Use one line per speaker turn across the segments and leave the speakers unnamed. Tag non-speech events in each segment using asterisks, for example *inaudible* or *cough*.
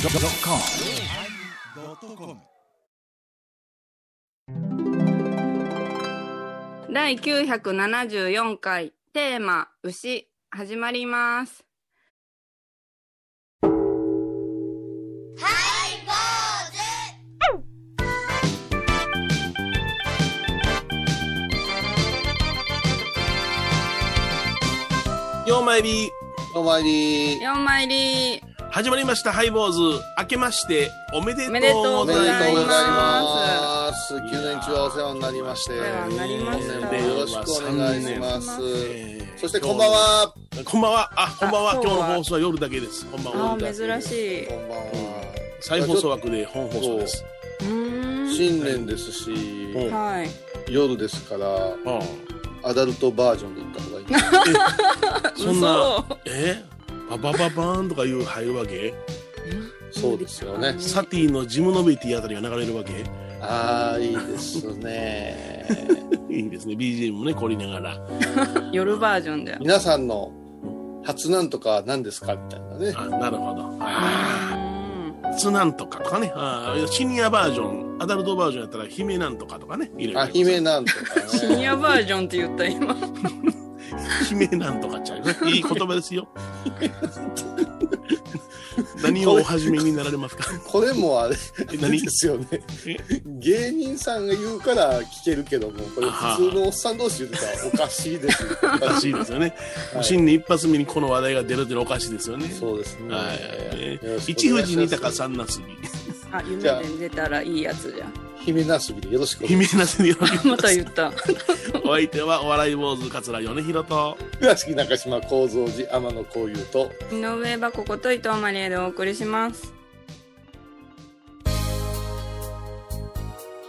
yosmir
第974回テーマ「牛」始まります
ようまいび
お前に、
4枚入り
始まりましたハイボーズ明けましておめでと
おめでとう
う
お
ご
めでと
ざ
う
い
ご
ます
ざいます。9年中はお世話になりまして、
お世話になりまし
本
た
年もよろしくお願いします。
えー
そしてこんばんは。
こんばんはあこんばんは
あ
今
今
日
日は
の放送は夜だけですこんばんは
あ
夜だけ
ー珍しい
こんばんは。
再放送枠で本放送です
うーん
新年ですし、
うん
はい
夜ですから、
あ
アダルトバージョンで行った方がいい。
あそんなえババババーンとかいう入るわけ
そうですよね。
サティのジムノベティあたりが流れるわけ *laughs*
ああ、いいですね。
いいですね BGM もね凝りながら
夜バージョンで
皆さんの初なんとかは何ですかみたいなね。
あなるほど
うん
ツなんとかとかねあーシニアバージョンアダルトバージョンやったら姫なんとかとかねいろいろ
あ、姫なんとかね。
シニアバージョンって言った今
姫なんとかちゃう
*laughs*
ね。いい言葉ですよ。何をお始めになられますか。
これもあれ
え
何
何
ですよね芸人さんが言うから聞けるけどもこれ普通のおっさん同士言ってたらおかし
*laughs*
いですお
おかしい
で
ですよね。
はい
新年一発目にこの話題が出るというのはおかしいですよね。
そうですね、
はいえ
よろ
ー。
しく
一
お願いします
富士二鷹三なすび。
あ夢で出たらいいやつじゃん
姫なすびでよろしくお願い
姫なすびよ
*laughs*
り
また言った
お相手はお笑い坊主桂米広と。
倉敷中島幸三寺天野幸雄と
井上はここと伊藤マリエでお送りします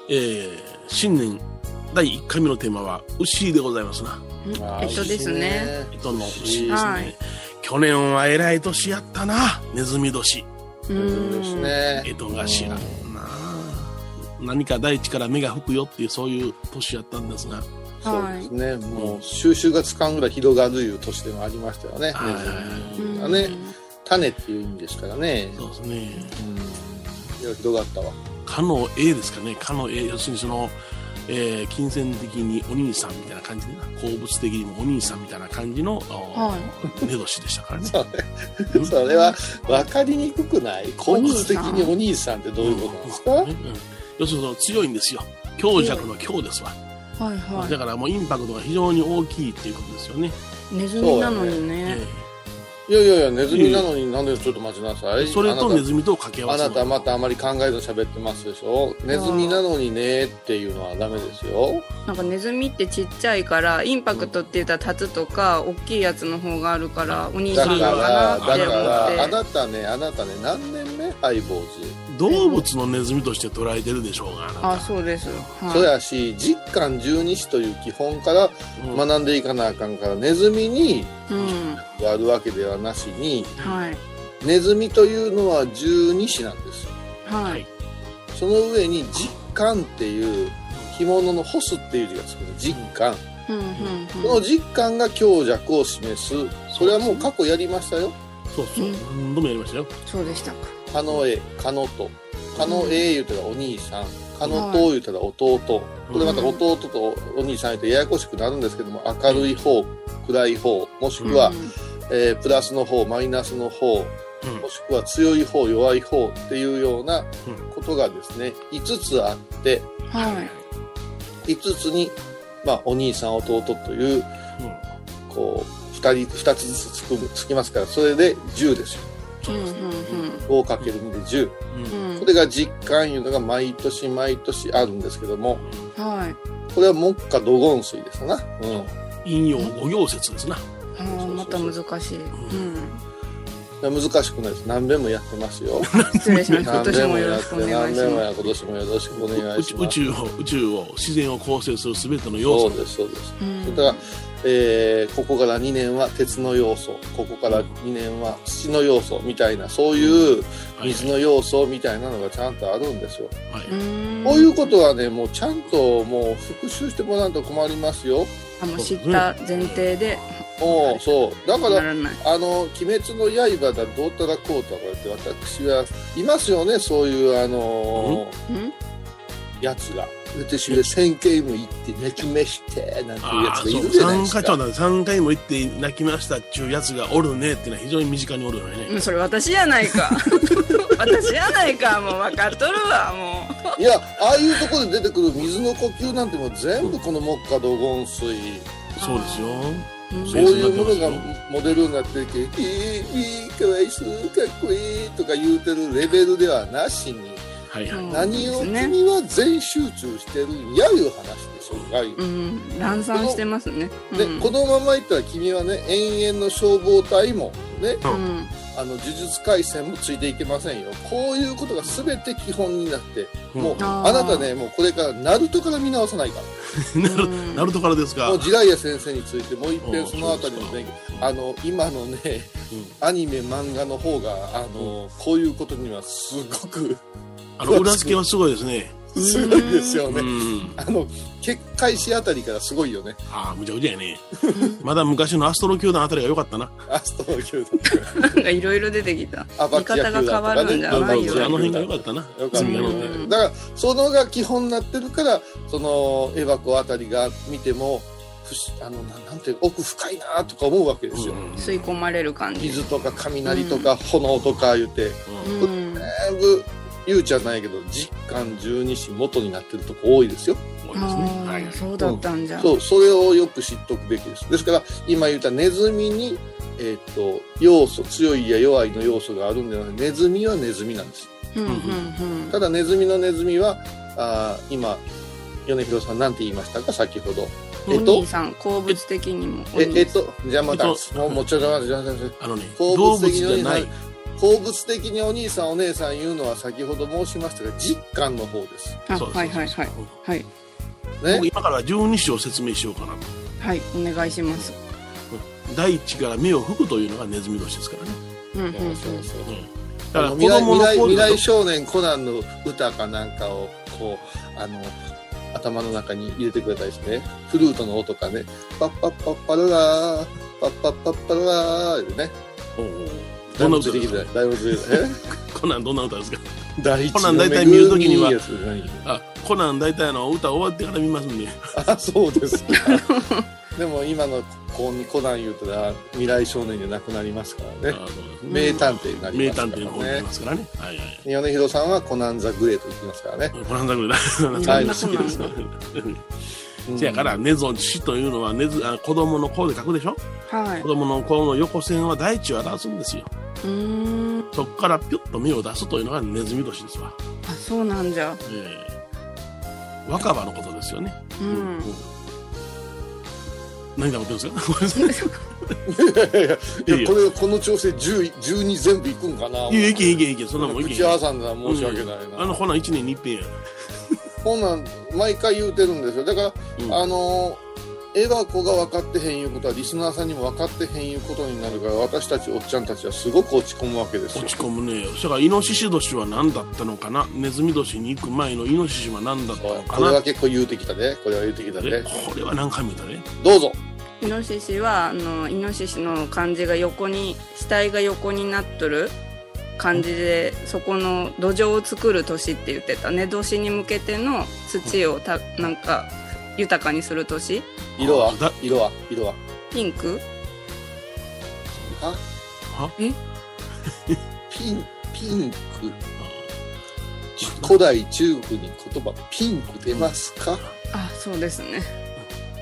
えー、新年第一回目のテーマは牛でございますな。
まあ
えっとですね
いい
人の牛ですね。
はい
去年はえらい年やったな。ネズミ年。
う
ということです
ん
ね
江戸頭なあ何か大地から目が吹くよっていうそういう年やったんですが、
そう
は
で
い
すねもう収集がつかんぐらい広がるいう年でもありましたよね
はい
うん
ね種っていう意味ですからね
そうですね
いや広がったわ
かの A ですかねかの A 要するにその、えー金銭的にお兄さんみたいな感じでな鉱物的にもお兄さんみたいな感じの
は
寝年でしたからねうん
それは分かりにくくない効率的にお兄さんってどういうことなんですか、
ねうん要するにその強いんですよ強弱の強ですわ、
はいは
だからもうインパクトが非常に大きいっていうことですよね、
いネズミなのに
え
ね
いやいやいやネズミなのになんでちょっと待ちなさ
え
い
それとネズミとを掛け合
あ
わせ
なたあ
る
なたまたあまり考えず喋ってますでしょネズミなのにねっていうのはダメですよ
なんかネズミってちっちゃいからインパクトって言ったら立つとか大きいやつの方があるからお兄
だ
さ
か
んなの
らだ
かな
か
って
らあ
思って
なたねあなたね何年目ハイボーズ
動物のネズミとして捉えてるでしょうがあなた
あそうです、はい、
そやし実感十二支という基本から
うん
学んでいかなあかんからネズミに
うん
やるわけではなしに
はい
ネズミというのは十二支なんですよ
はい、
い
その上に実感っていう干物の干すっていう字がつくの実感
うんうん
この実感が強弱を示すそれはもう過去やりましたよ
そうそう、
うん
何度もやりましたよ。
そうでしたか
「かのえ」「かのと」「かのえ」言うたらお兄さん「かのと」言うたら弟これまた弟とお兄さん言うとややこしくなるんですけども明るい方暗い方もしくは、えープラスの方マイナスの方
うん
もしくは強い方弱い方っていうようなことがですね5つあって
うんはい
5つに、まあ、お兄さん弟というこう2人2つずつつくつきますからそれで10ですよ
うんうん
5かける2で10
うん
う
うん
うん
これが実感いうのが毎年毎年あるんですけども
はい
これは目下土言水ですな、
引用五行説ですな。
あーまた難しい、うん、
うん、難しくないです何べんもやってますよ
失礼しました今
何
年
べん
も
も
よ
や
ろ
っ
してくお願い
何べん
し
も
ま
やって今年もよろしくお願
宇
いし
宙
ま
宇
す
宙を宇宙を自然を構成するすべての要
そ
素
う。ですそうです、
すうん。
だからえーここから2年は鉄の要素ここから2年は土の要素みたいなそういう
はい
水の要素みたいなのがちゃんとあるんですよ
はいう
ん
こういうことはね、もうちゃんともう復習してもらうと困りますよ。
あもう知った前提で
おうそうだか
な
ら
らない。
あの「鬼滅の刃」だどうたらこうたらって私はいますよねそういうあの
うん
やつが私は1000回も行って泣きめしてなんていうや
あ
つ
あ
がい
そう
るじゃないで
3
すか
回ちょうだい3回も行って泣きましたっちゅうやつがおるねっていうのは非常に身近におるよね、
うんそれ私やない
*laughs*
か私やないかもう分かっとるわも
いやああいうところで出てくる水の呼吸なんてもう全部この木下道厳水
そうですよ
う、うん
そういうものがモデルになってるけど「いいいいかわいそうかっこいい」とか言うてるレベルではなしに
はいはい、
うん
何を
そうですね
君は全集中してるんやいう話でしょうがい。
うん乱散してますね
で
うん
このままいったら君はね延々の消防隊もね
うん
あの呪術廻戦もついていけませんよこういうことが全て基本になってもう
あー
あなたねもうこれからナルトから見直さないか
うんなる
うん
なるとからです
ら
か
もうジライア先生についてもう一
うん
遍そのあたりのね
すか
あの今のね
うん
アニメ漫画の方があのこういうことにはすごく
あの裏付けはすごいですね
すごいですよ
う
ね
ん
あの結界史あたりからすごいよね
ああむちゃくちゃやねまだ昔のアストロ球団あたりが良かったな
アストロ級だとか
なんかいろいろ出てきた
アバキア
見方が変わるんじゃないよ
あの辺が良かったな
よかった
罪が乗っ
う
て
ん
だからそのが基本になってるからそのエバコあたりが見ても不思あのななんていう奥深いなとか思うわけですよ、
うんうん
吸い込まれる感じ
水とか雷とか炎とか言って、
うん
うん
全部言うちゃないけど実感十二支元になってるとこ多いですよ
多いですね
あ
はい
ーそうだったんじゃ
そうそれをよく知っておくべきですですから今言ったネズミにえーっと要素強いや弱いの要素があるんではなくネズミはネズミなんです
うんうんうん
ただネズミのネズミはあー今米広さんなんて言いましたか先ほど
お
えっと
兄さん好物的にもお
ええ
兄
っとじゃあまた、
えっと
もうもうちょっと待って待って待って
あのね
好
動
物
物
的
じ
に
ゃない
好物的にお兄さんお姉さん言うのは先ほど申しましたが実感の方です
あ
そうです
はいはいはい
うん
はい
ね
僕今から十二章を説明しようかなと
はいお願いします
大地から目を吹くというのがネズミ年ですからね
うんうんうん
そうそうそう
だから
あの
子
未来
供
未
の
来
頃
未来少年コナンの歌かなんかをこうあの頭の中に入れてくれたりしてねフルートの音かねパッパッパッパララーパッパッパッパララーでね
おうおう
だ
ど
い
んな
ぶ
歌
出
で
てき
す
て
か
だいぶ出てきてえ
コナンどんな歌ですか *laughs*
第一
コナン大体見るときには
恵みいいやつ何
あコナン大体あの歌終わってから見ますんで
あそうで
*laughs*
すかでも今の子にコナン言うとら未来少年じゃなくなりますからね
あの
名探偵になり
名
ますか
探偵の方に
ら
行き
ね
ますからねはいはい
米広さんはコナン・ザ・グレーと言ってますからね、
コナンだけだ
は
はいい
好きですねうん
せやからネゾ死というのはネズあ子供の子で書くでしょ
はい
子供の子の横線は大地を表すんですよ
うーん
そこからピュッと目を出すというのがネズミ年ですわ、
あそうなんじゃ
えー若葉のことですよね、
う
うん何かことです *laughs* かごめんなさい
いやいや
いい
いや
よ
これこの調整10 12全部いくんかない
やいけいけいけそんなもんいけ
口挟んだら申し訳ないな、
あのほな一年に一遍や
こんなん毎回言うてるんですよだから、
うん
あのエバ子が分かってへんいうことはリスナーさんにも分かってへんいうことになるから私たちおっちゃんたちはすごく落ち込むわけですよ
落ち込むねそれからイノシシ年は何だったのかなネズミ年に行く前のイノシシは何だったのか
これ
な
は結構言うてきたねこれは言うてきた
え
ね
これは何回も言ったね
どうぞ
イノシシはあのイノシシの漢字が横に死体が横になっとる感じでそこの土壌を作る年って言ってた寝年に向けての土をたなんか豊かにする年
色は
あだ
色は色は
ピンク
は
は
え
ピンピンク古代中国に言葉ピンク出ますか
あそうですね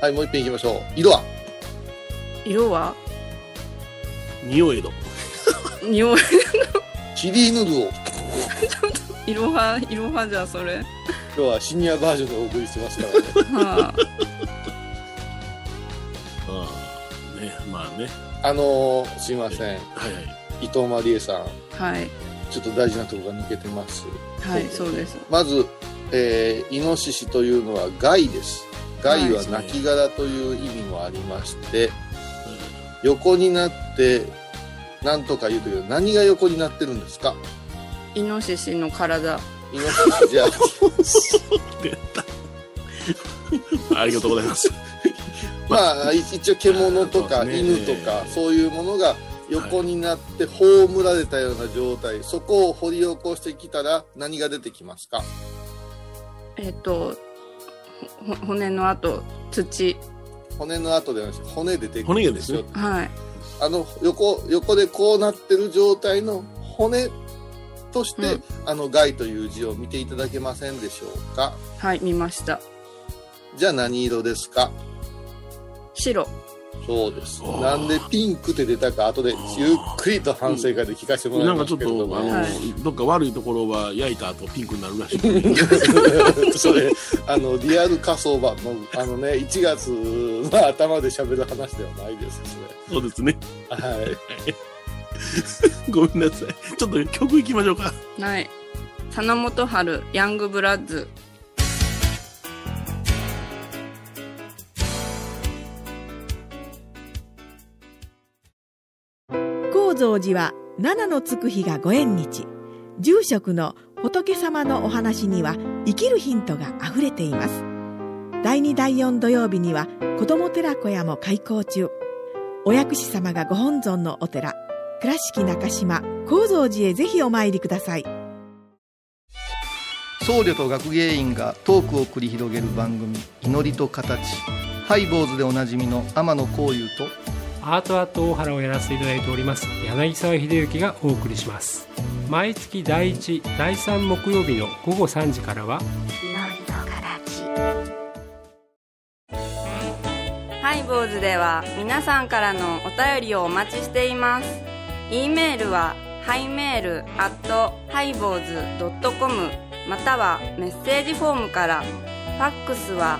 はいもう一遍いきましょう色は
色は
匂いど
匂い
キリヌルを
色は色はじゃあそれは
今日はシニアバージョンでお送りしてますからね
*laughs* あ
うんねまあね
あのー、すいません
はいはい
伊藤マリエさん
はい
ちょっと大事なところが抜けてます
はいそうです
まず、えーイノシシというのは害です害は
はい
亡きという意味もありまして、横になってなんとか言うというけど何が横になってるんですか
イノシシの体
イノシシじゃ *laughs*
出たありがとうございます
まあ、い一応獣とか
そうですね
犬とか、そういうものが横になって葬られたような状態、そこを掘り起こしてきたら何が出てきますか
えっとほほ骨の後土
骨の後ではなくて骨で出てく
骨
る
が
んで
ですす
よ
ね
はい
あの横横でこうなってる状態の骨として、
うん
あの害という字を見ていただけませんでしょうか
はい見ました
じゃあ何色ですか
白
そうです
あー
なんでピンクって出たか後でゆっくりと反省会で聞かせてもらい
なん
ま
かち
す
ょっ
けれど
と、
も
あの、
は
どっか悪いところは焼いた後ピンクになるらしいね、
*laughs* それあのリアル火葬場のあのね1月の頭で喋る話ではないですそ
そうですね。
れはい
ごめんなさい。ちょっと曲いきましょうか。
はい佐野元春ヤングブラッズ
高蔵寺は七のつく日がご縁日住職の仏様のお話には生きるヒントがあふれています第2第4土曜日には子ども寺小屋も開校中お薬師様がご本尊のお寺倉敷中島・高蔵寺へぜひお参りください
僧侶と学芸員がトークを繰り広げる番組「祈りと形」ハイボーズでおなじみの天野幸雄と
アートアート大原をやらせていただいております柳沢秀幸がお送りします毎月第1第3木曜日の午後3時からは
ハイボーズでは皆さんからのお便りをお待ちしています。e メールはハイメールアットハイボーズドットコムまたはメッセージフォームから。ファックスは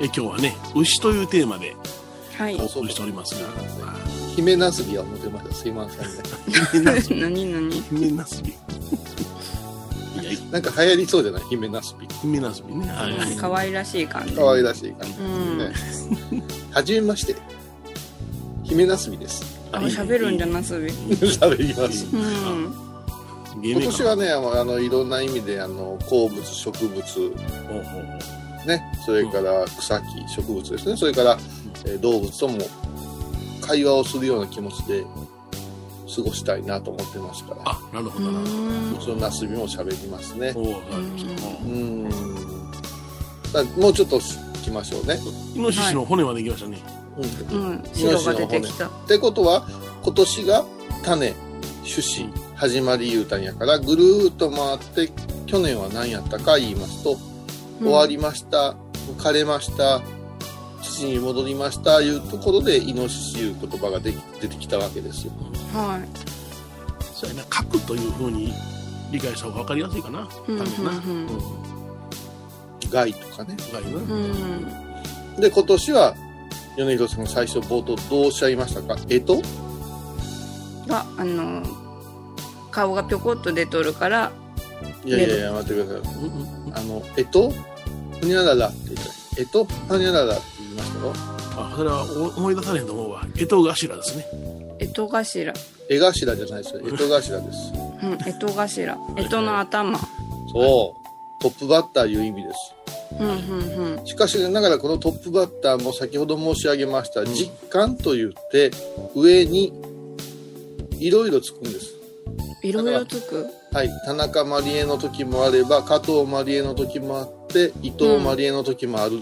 え今日はね、牛というテーマで
はい
お。送りしておりますが、まあ
姫なすびは思ってましたすいませんね
姫な *laughs* すび、
何何
姫なすび。いや、
なんか流行りそうじゃない姫なすび
姫なすびね。はいはい。
可愛らしい感じ。
可愛らしい感じ
うん。
ですね、はじめまして姫なすびです
あ喋るんじゃなすび。
喋ります
うん。
芸
今
名
年
か
はねあのあのいろんな意味であの鉱物植物
なほうほうほう
ねそれから草木植物ですねそれから、えー動物とも会話をするような気持ちで過ごしたいなと思ってますから
あ、なるほどなるほ
もちろんなすびも喋りますね
ど。おーなるほ
う
ど
んだもうちょっと聞きましょうね、
イノシシの骨まで行きましたね。
う
う
ん、っ
ん。白が出てきた。
てことは今年が種種子始まり言うたんやからぐるーっと回って去年は何やったか言いますと終わりました、枯れました、土に戻りました、いうところで、イノシシいう言葉ができ出てきたわけですよ。
うん。はい。
そうやな、核というふうに理解した方が分かりやすいかな。
うんう
種な。
ん
害とかね。
害な。
うん。うん。
で、今年は、米広さんが最初冒頭どうおっしゃいましたかえと
があの顔がぴょこっと出とるから。
いやいやいや、待ってください。
うんうん
あの、えとほにゃららって言った。えとほにゃららって言いましたよ。
あ、それは思い出されへんと思うわ。江戸頭ですね。
えと頭。
絵頭じゃないですよ。えと頭です。
うん。えと頭。えとの頭。
そう。トップバッターいう意味です。
うんうん
しかしながらこのトップバッターも先ほど申し上げました、
ん
実感と言って上にいろいろつくんです。
うん。いろいろつく。
はい、田中まりえの時もあれば加藤まりえの時もあって伊藤まりえの時もある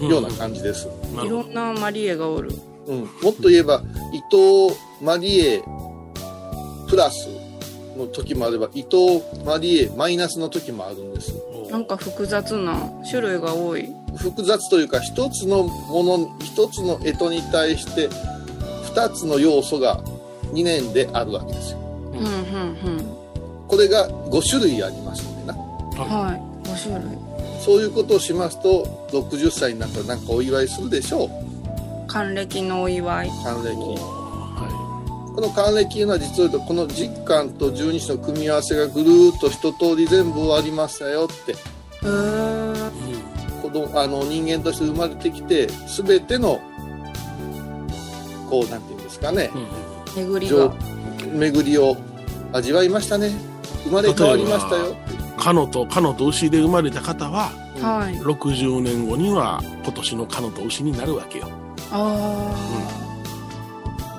うん
ような感じです。
ないる
ろ
ほ
んなマリエがおる。
うんもっと言えば伊藤まりえプラスの時もあれば伊藤まりえマイナスの時もあるんです。
ど。
なんか複雑な種類が多い。
複雑というか一つのもの一つの干支に対して二つの要素が2年であるわけですよ
うんうん
これが5種類ありますのでな
はい5種類
そういうことをしますと60歳になったらなんかお祝いするでしょう
還暦のお祝い
還暦
は
この還暦いうのは実を言うとこの10巻と12種の組み合わせがぐるーっと一通り全部ありましたよって
へー
い。うん
子供あの人間として生まれてきて全てのこうなんていうんですかね
うん
巡り
上
が
巡りを味わいましたね生まれ変わりましたよ
カノとカノと牛で生まれた方は
はい
60年後には今年のカノと牛になるわけよ
あ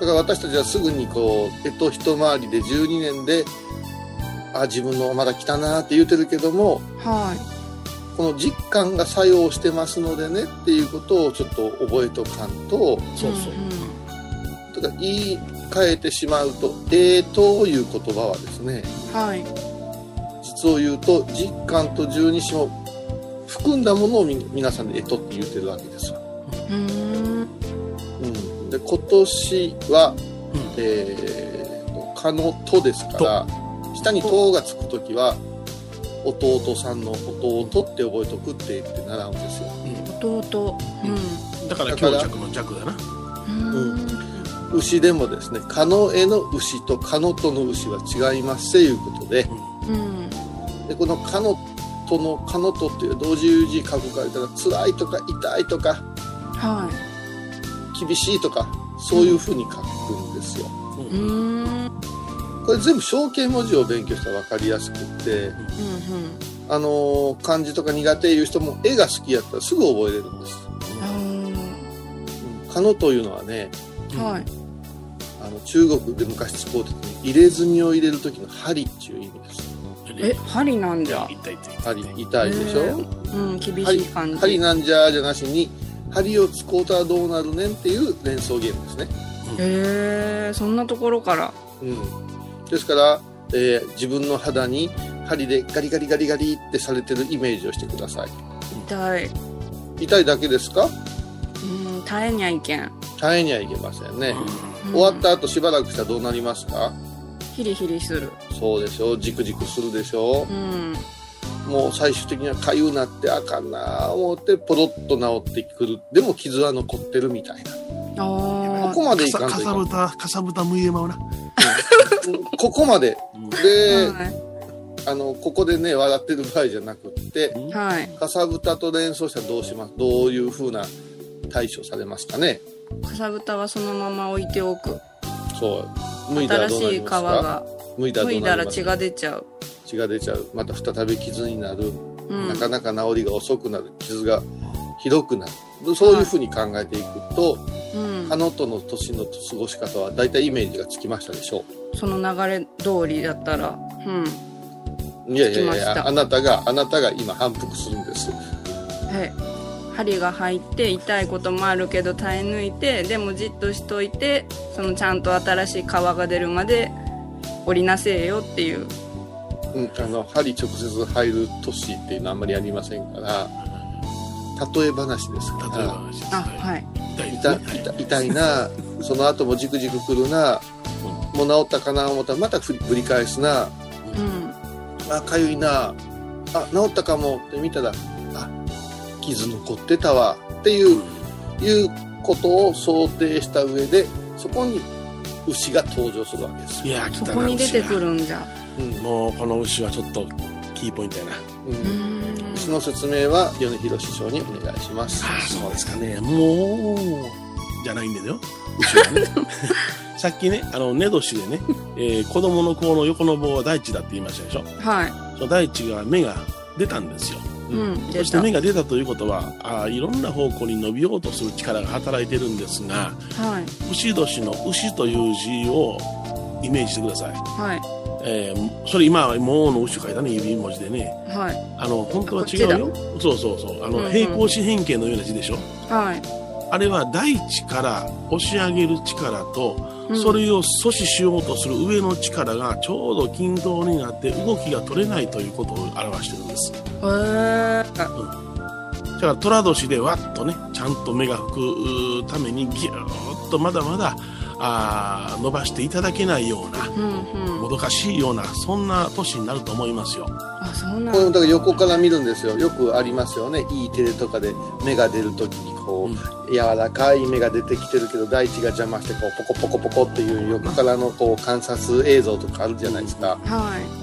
だから私たちはすぐにこうえと一回りで12年であ自分のまだ来たなーって言うてるけども
あは
この実感が作用してますのでねっていうことをちょっと覚えとかんと
い
そうそうん
ん
ただ言い換えてしまうと「えーと」いう言葉はですね
はい
実を言うと実感と十二支を含んだものをみ皆さんで「えと」って言ってるわけですわ。
うーん
うん、で今年は
うん
「えーとかの「と」ですから下に「と」がつく時は弟さんの弟って覚えとくって言って習うんですよ。
弟
だから
だか
強
ら
弱の弱だな
うんうん
牛でもですね「かのえの牛」と「かのとの牛」は違いますということで
うん
でこの「かのと」の「かのと」っていう同時字書くからたら辛いとか痛いとか
は
厳しいとかそういうふうに書くんですよ。
いうーんうんうん
これ全部象形文字を勉強したら分かりやすくって、あのー漢字とか苦手いう人も絵が好きやったらすぐ覚えれるんです。
あ
「かの」というのはね
ーはい
あの中国で昔使うてた入れ墨を入れる時の針っていう意味です。
え針なんじゃ
痛い痛い痛い
針痛いでしょ、
へーうん厳しい感
針
じ
なんじゃーじゃなしに針を使うたらどうなるねんっていう連想ゲームですね、
へえそんなところから
うん、ですから、えー自分の肌に針でガリガリガリガリってされてるイメージをしてください
痛い
痛いだけですか
うん耐えにゃいけん
耐えにはいけませんね、
うん
終わった後しばらくしたらどうなりますか
ヒリヒリする
そうでしょうジクジクするでしょ
うん
うもう最終的には痒うなってあかんなー思ってポロッと治ってくるでも傷は残ってるみたいな
あ
ここまでい
か
かん
さか
とい
さ
かん
ぶたかさぶたむいえまうな
うんここまで
あ
で、
は
あのここでね笑ってる場合じゃなくって
いはい
かさぶたと連想したらどうしますどういう風な対処されますかね
かさぶたはそのまま置いておく
そう剥いだら
新
どうな
し
り
い皮
ますか
が
剥い
脱
だらどう
いだ
なり
ら
ます
血
か
が出ちゃう
血が出ちゃうまた再び傷になる、
うん
なかなか治りが遅くなる傷がひどくなるそういう風に考えていくと、
うん
あのとの年の過ごし方はだいたいイメージがつきましたでしょ
その流れ通りだったらうん
ういやいやい
つきま
やい
し
や
た
あなたがあなたが今反復するんです
はい針が入って痛いこともあるけど耐え抜いてでもじっとしといてそのちゃんと新しい皮が出るまで織りなせえよっていう
うん、あの針直接入る都市っていうのはあんまりありませんから例え話ですか
例えば
ら
あはい
痛い
痛
痛い
痛痛いなその後もじくじくくるなもう治ったかな思ったらまた振りぶり返すな
うん
あかゆいなあ治ったかもって見たらあ傷残ってたわっていう,、いうことを想定した上でそこに牛が登場するわけです
いや
そこに出てくるんじゃ
うん
もうこの牛はちょっとキーポイントやな
うん
うん
牛の説明は米広師匠にお願いします。
ああそうですかねもうじゃないんだよ牛は
*laughs*
ねさっきねあの寝年でね、えー子供の子の横の棒は大地だって言いましたでしょ
は
その大地が芽が出たんですよ
いうん
そ
出
して
た
芽が出たということはあーいろんな方向に伸びようとする力が働いてるんですが
はい
牛年の牛という字をイメージしてください、
はい
えーそれ今は「もう」の牛書いたね指文字でね
はい
あの本当は
こっ
違
ちだ
うよそうそうそうあの、
うんうん
平行四辺形のような字でしょ
はい
あれは大地から押し上げる力と、
うん
それを阻止しようとする上の力がちょうど均等になって動きが取れないということを表してるんです
へー
だから寅年でわっとねちゃんと目が吹くうーためにぎゅーっとまだまだああー伸ばしていただけないような
うんうん
もどかしいようなそんな年になると思いますよ
あそうなん
これも
だ
だから横から見るんですよよくありますよね E テレとかで芽が出るときにこう、柔らかい芽が出てきてるけど大地が邪魔してこうポコポコポコっていう横からのこう観察映像とかあるじゃないですか、
はい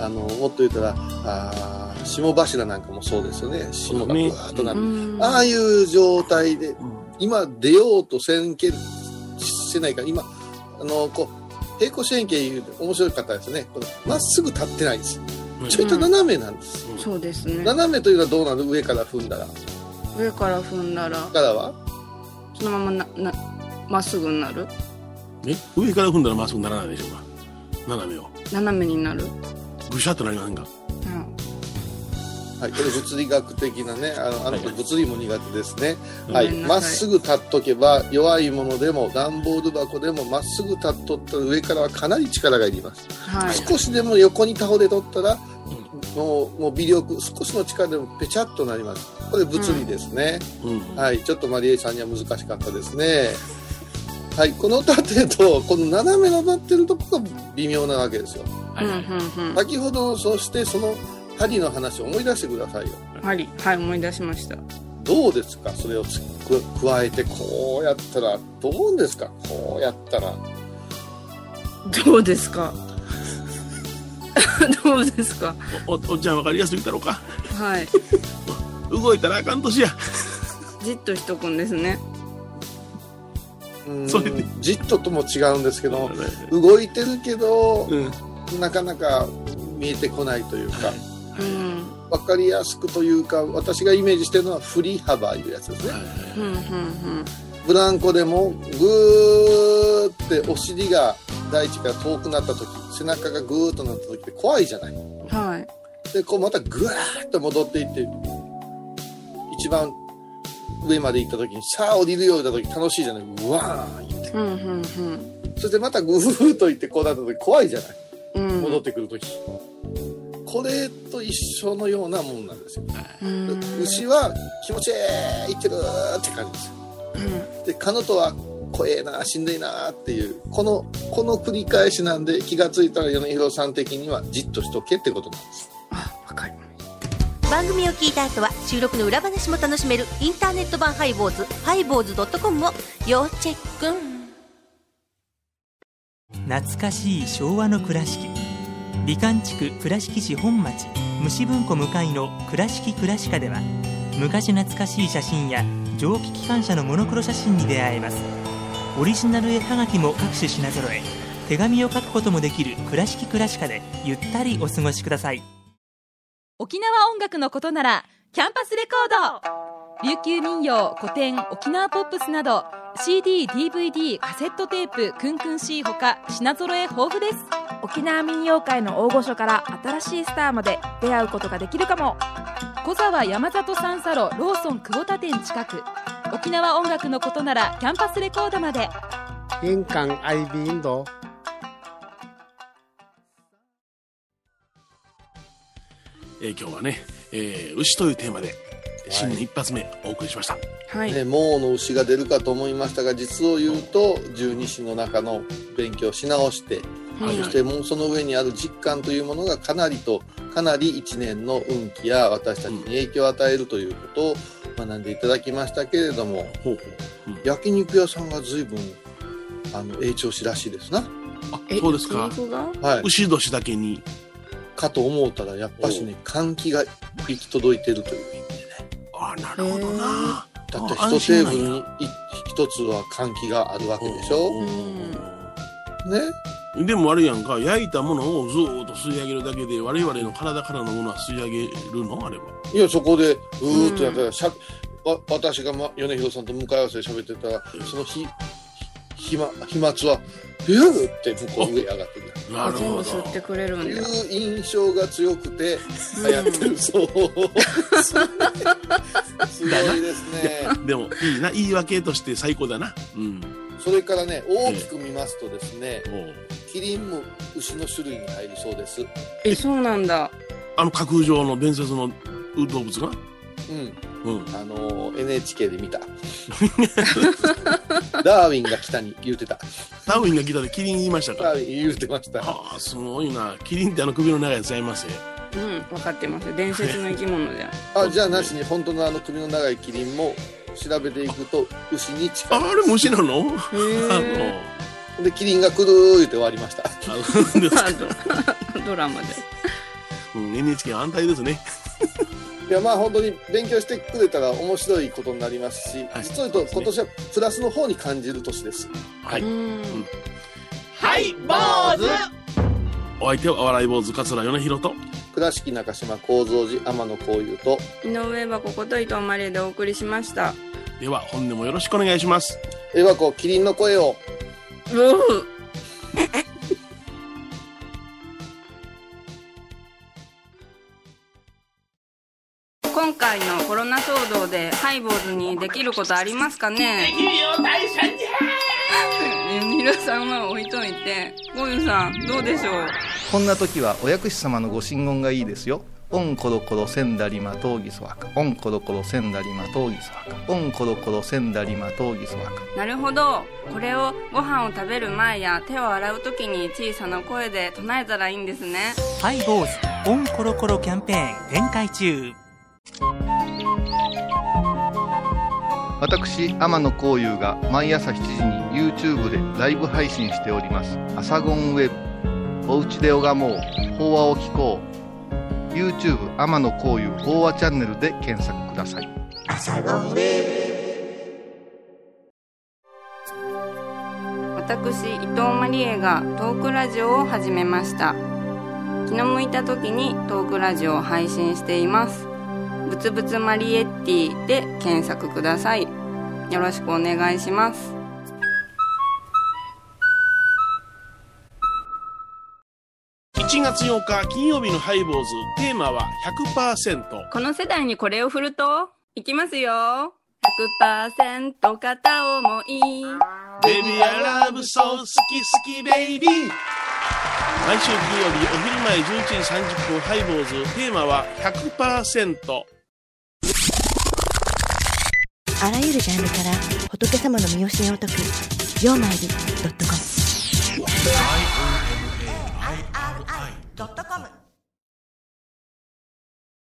あのもっと言うたらあー霜柱なんかもそうですよね霜がぐわーっとな
う
る、
ん
ああいう状態で
うん
今出ようと線形してないから今あのこう平行四辺形いう面白い方ですねこのまっすぐ立ってないんですちょいと斜めなんです、
そうですね
斜めというのはどうなる上から踏んだら
上から踏んだら
からは
そのままななまっすぐになる
ね上から踏んだらまっすぐならないでしょうか斜めを
斜めになる、
ぐしゃっとなりませんか
うん
はい、これ物理学的なねあのあの人物理も苦手ですねは
はい
いまっすぐ立っとけば弱いものでも段ボール箱でもまっすぐ立っとったら上からはかなり力がいります、
はい
少しでも横に倒れとったらもうもう微力少しの力でもペチャっとなりますこれ物理ですね、
うん
はい、ちょっとマリエさんには難しかったですね。はい、この縦とこの斜めのなってるとこが微妙なわけですよ。
はいはい
うんうんうん
先ほどのそしてその針の話を思い出してくださいよ。
はいはい思い出しました
どうですかそれをつく加えてこうやったらどう思うんですかこうやったら
どうですか *laughs* どうですか
おおおっちゃん分かりやすいだろうか
はい
動いたらあかん年や
じっとしとくんですね
うーん
それで
じっととも違うんですけど
う
動いてるけど
ん
なかなか見えてこないというか
うん
分かりやすくというか私がイメージしてるのは振り幅いうやつですね。
うんうんうん
ブランコでもグーってお尻が大地から遠くなった時背中がグーっとなった時って怖いじゃない
はい
でこうまたグワーッと戻っていって一番上まで行った時にさあ降りるようだ時楽しいじゃないうわー言って
うんうんうん
そしてまたグーッと行ってこうなった時怖いじゃない
うん
戻ってくる時これと一緒のようなもんなんですよ
うん
牛は気持ちえいいってるーって感じです
うん
で彼女は怖えなしんどいなっていうこのこの繰り返しなんで気がついたら米広さん的にはじっとしとけってことなんです
あわかりまし
番組を聞いた後は収録の裏話も楽しめるインターネット版ハイボーズハイボーズドットコムを要チェック
懐かしい昭和の倉敷美観地区倉敷市本町虫文庫向かいの「倉敷倉歯科」では昔懐かしい写真や蒸気機関車のモノクロ写真に出会えますオリジナル絵はがきも各種品揃え手紙を書くこともできる「倉敷倉歯科」でゆったりお過ごしください
沖縄音楽のことならキャンパスレコード琉球民謡古典沖縄ポップスなど CDDVD カセットテープクンクン C ほか品揃え豊富です
沖縄民謡界の大御所から新しいスターまで出会うことができるかも
小沢山里三佐路ローソン久保田店近く沖縄音楽のことならキャンパスレコードまで
印鑑アイビーインド
えー今日はね、えー牛というテーマで新年一発目お送りしました、
たはい
ねもうの牛が出るかと思いましたが実を言うと十二支の中の勉強し直して
はい
そしてもうその上にある実感というものがかなりとかなり1年の運気や私たちに影響を与えるということを学んでいただきましたけれども
ほうほう、うん
焼肉屋さんが随分あの永調子らしいですな
あ
え
そうですか
肉が
はい
牛年だけに
かと思うたらやっぱしね換気が行き届いてるという
あなるほどな
だ
あ
って
安
一
心
テー
なん
ブ
や
ルにい一つは換気があるわけでし
う
ょ
ん
ね
でもあれやんか焼いたものをずーっと吸い上げるだけで我々の体からのものは吸い上げるのあれば
いやそこでうーっとやったらしゃ、わ私が、ま、米広さんと向かい合わせで喋ってたらその日ひま飛沫はビューって向こう上へ上がってくる
なる
全部
ほ
吸って
ど
くれる
と
ん
い
だ
う印象が強くて流行ってるそうすごいですね
でもいいな言い訳として最高だなうん
それからね大きく見ますとですね
おう
キリンも牛の種類に入るそうです
えそうなんだ
あの架空上の伝説の動物が
うん、あの NHK で見 *laughs* たダーウィンが来たに言うてた
ダーウィンが来たでキリン言いましたか
ダーウィン言うてました
ああすごいなキリンってあの首の長いやつちゃいますよ
うん、分かってます。伝説の生き物
*laughs*
じゃん。
あじゃあなしに本当のあの首の長いキリンも調べていくと牛に近
あ
い
あれ虫なの *laughs*
へ
でキリンが来るー言って終わりました *laughs*
ー *laughs* ドラマで。
うん NHK 安泰ですね
いやまあ本当に勉強してくれたら面白いことになりますし、実を言うと今年はプラスの方に感じる年です
はい
はい坊主
お相手はお笑い坊主桂米広と
倉敷中島幸三寺天野幸雄と
井上はここと伊藤マリーでお送りしました。
では本年もよろしくお願いします
えばこキリンの声を
う今回のコロナ騒動でハイボーズにできることありますかね
できるよ大社に
皆さんは置いといてゴユさんどうでしょう
こんな時はお薬師様のご神言がいいですよ。オンコロコロセンダリマトウギソワカ。オンコロコロセンダリマトウギソワカ。オンコロコロセンダリマトウギソワカ。
なるほどこれをご飯を食べる前や手を洗う時に小さな声で唱えたらいいんですね
ハイボーズオンコロコロキャンペーン展開中
私天野幸雄が毎朝7時に YouTube でライブ配信しております「アサゴンウェブ」「おうちで拝もう法話を聞こう」YouTube 天野幸雄法話チャンネルで検索ください
私伊藤マリエがトークラジオを始めました気の向いた時にトークラジオを配信していますぶつぶつマリエッティで検索くださいよろしくお願いします
1月8日金曜日のハイボーズテーマは100%
この世代にこれを振るといきますよ100%片思い
ベビーアラブソー好き好きベイビー毎週金曜日お昼前11時30分ハイボーズテーマは100%
あらゆるジャンルから仏様の身教えを解く「曜マイルドットコム」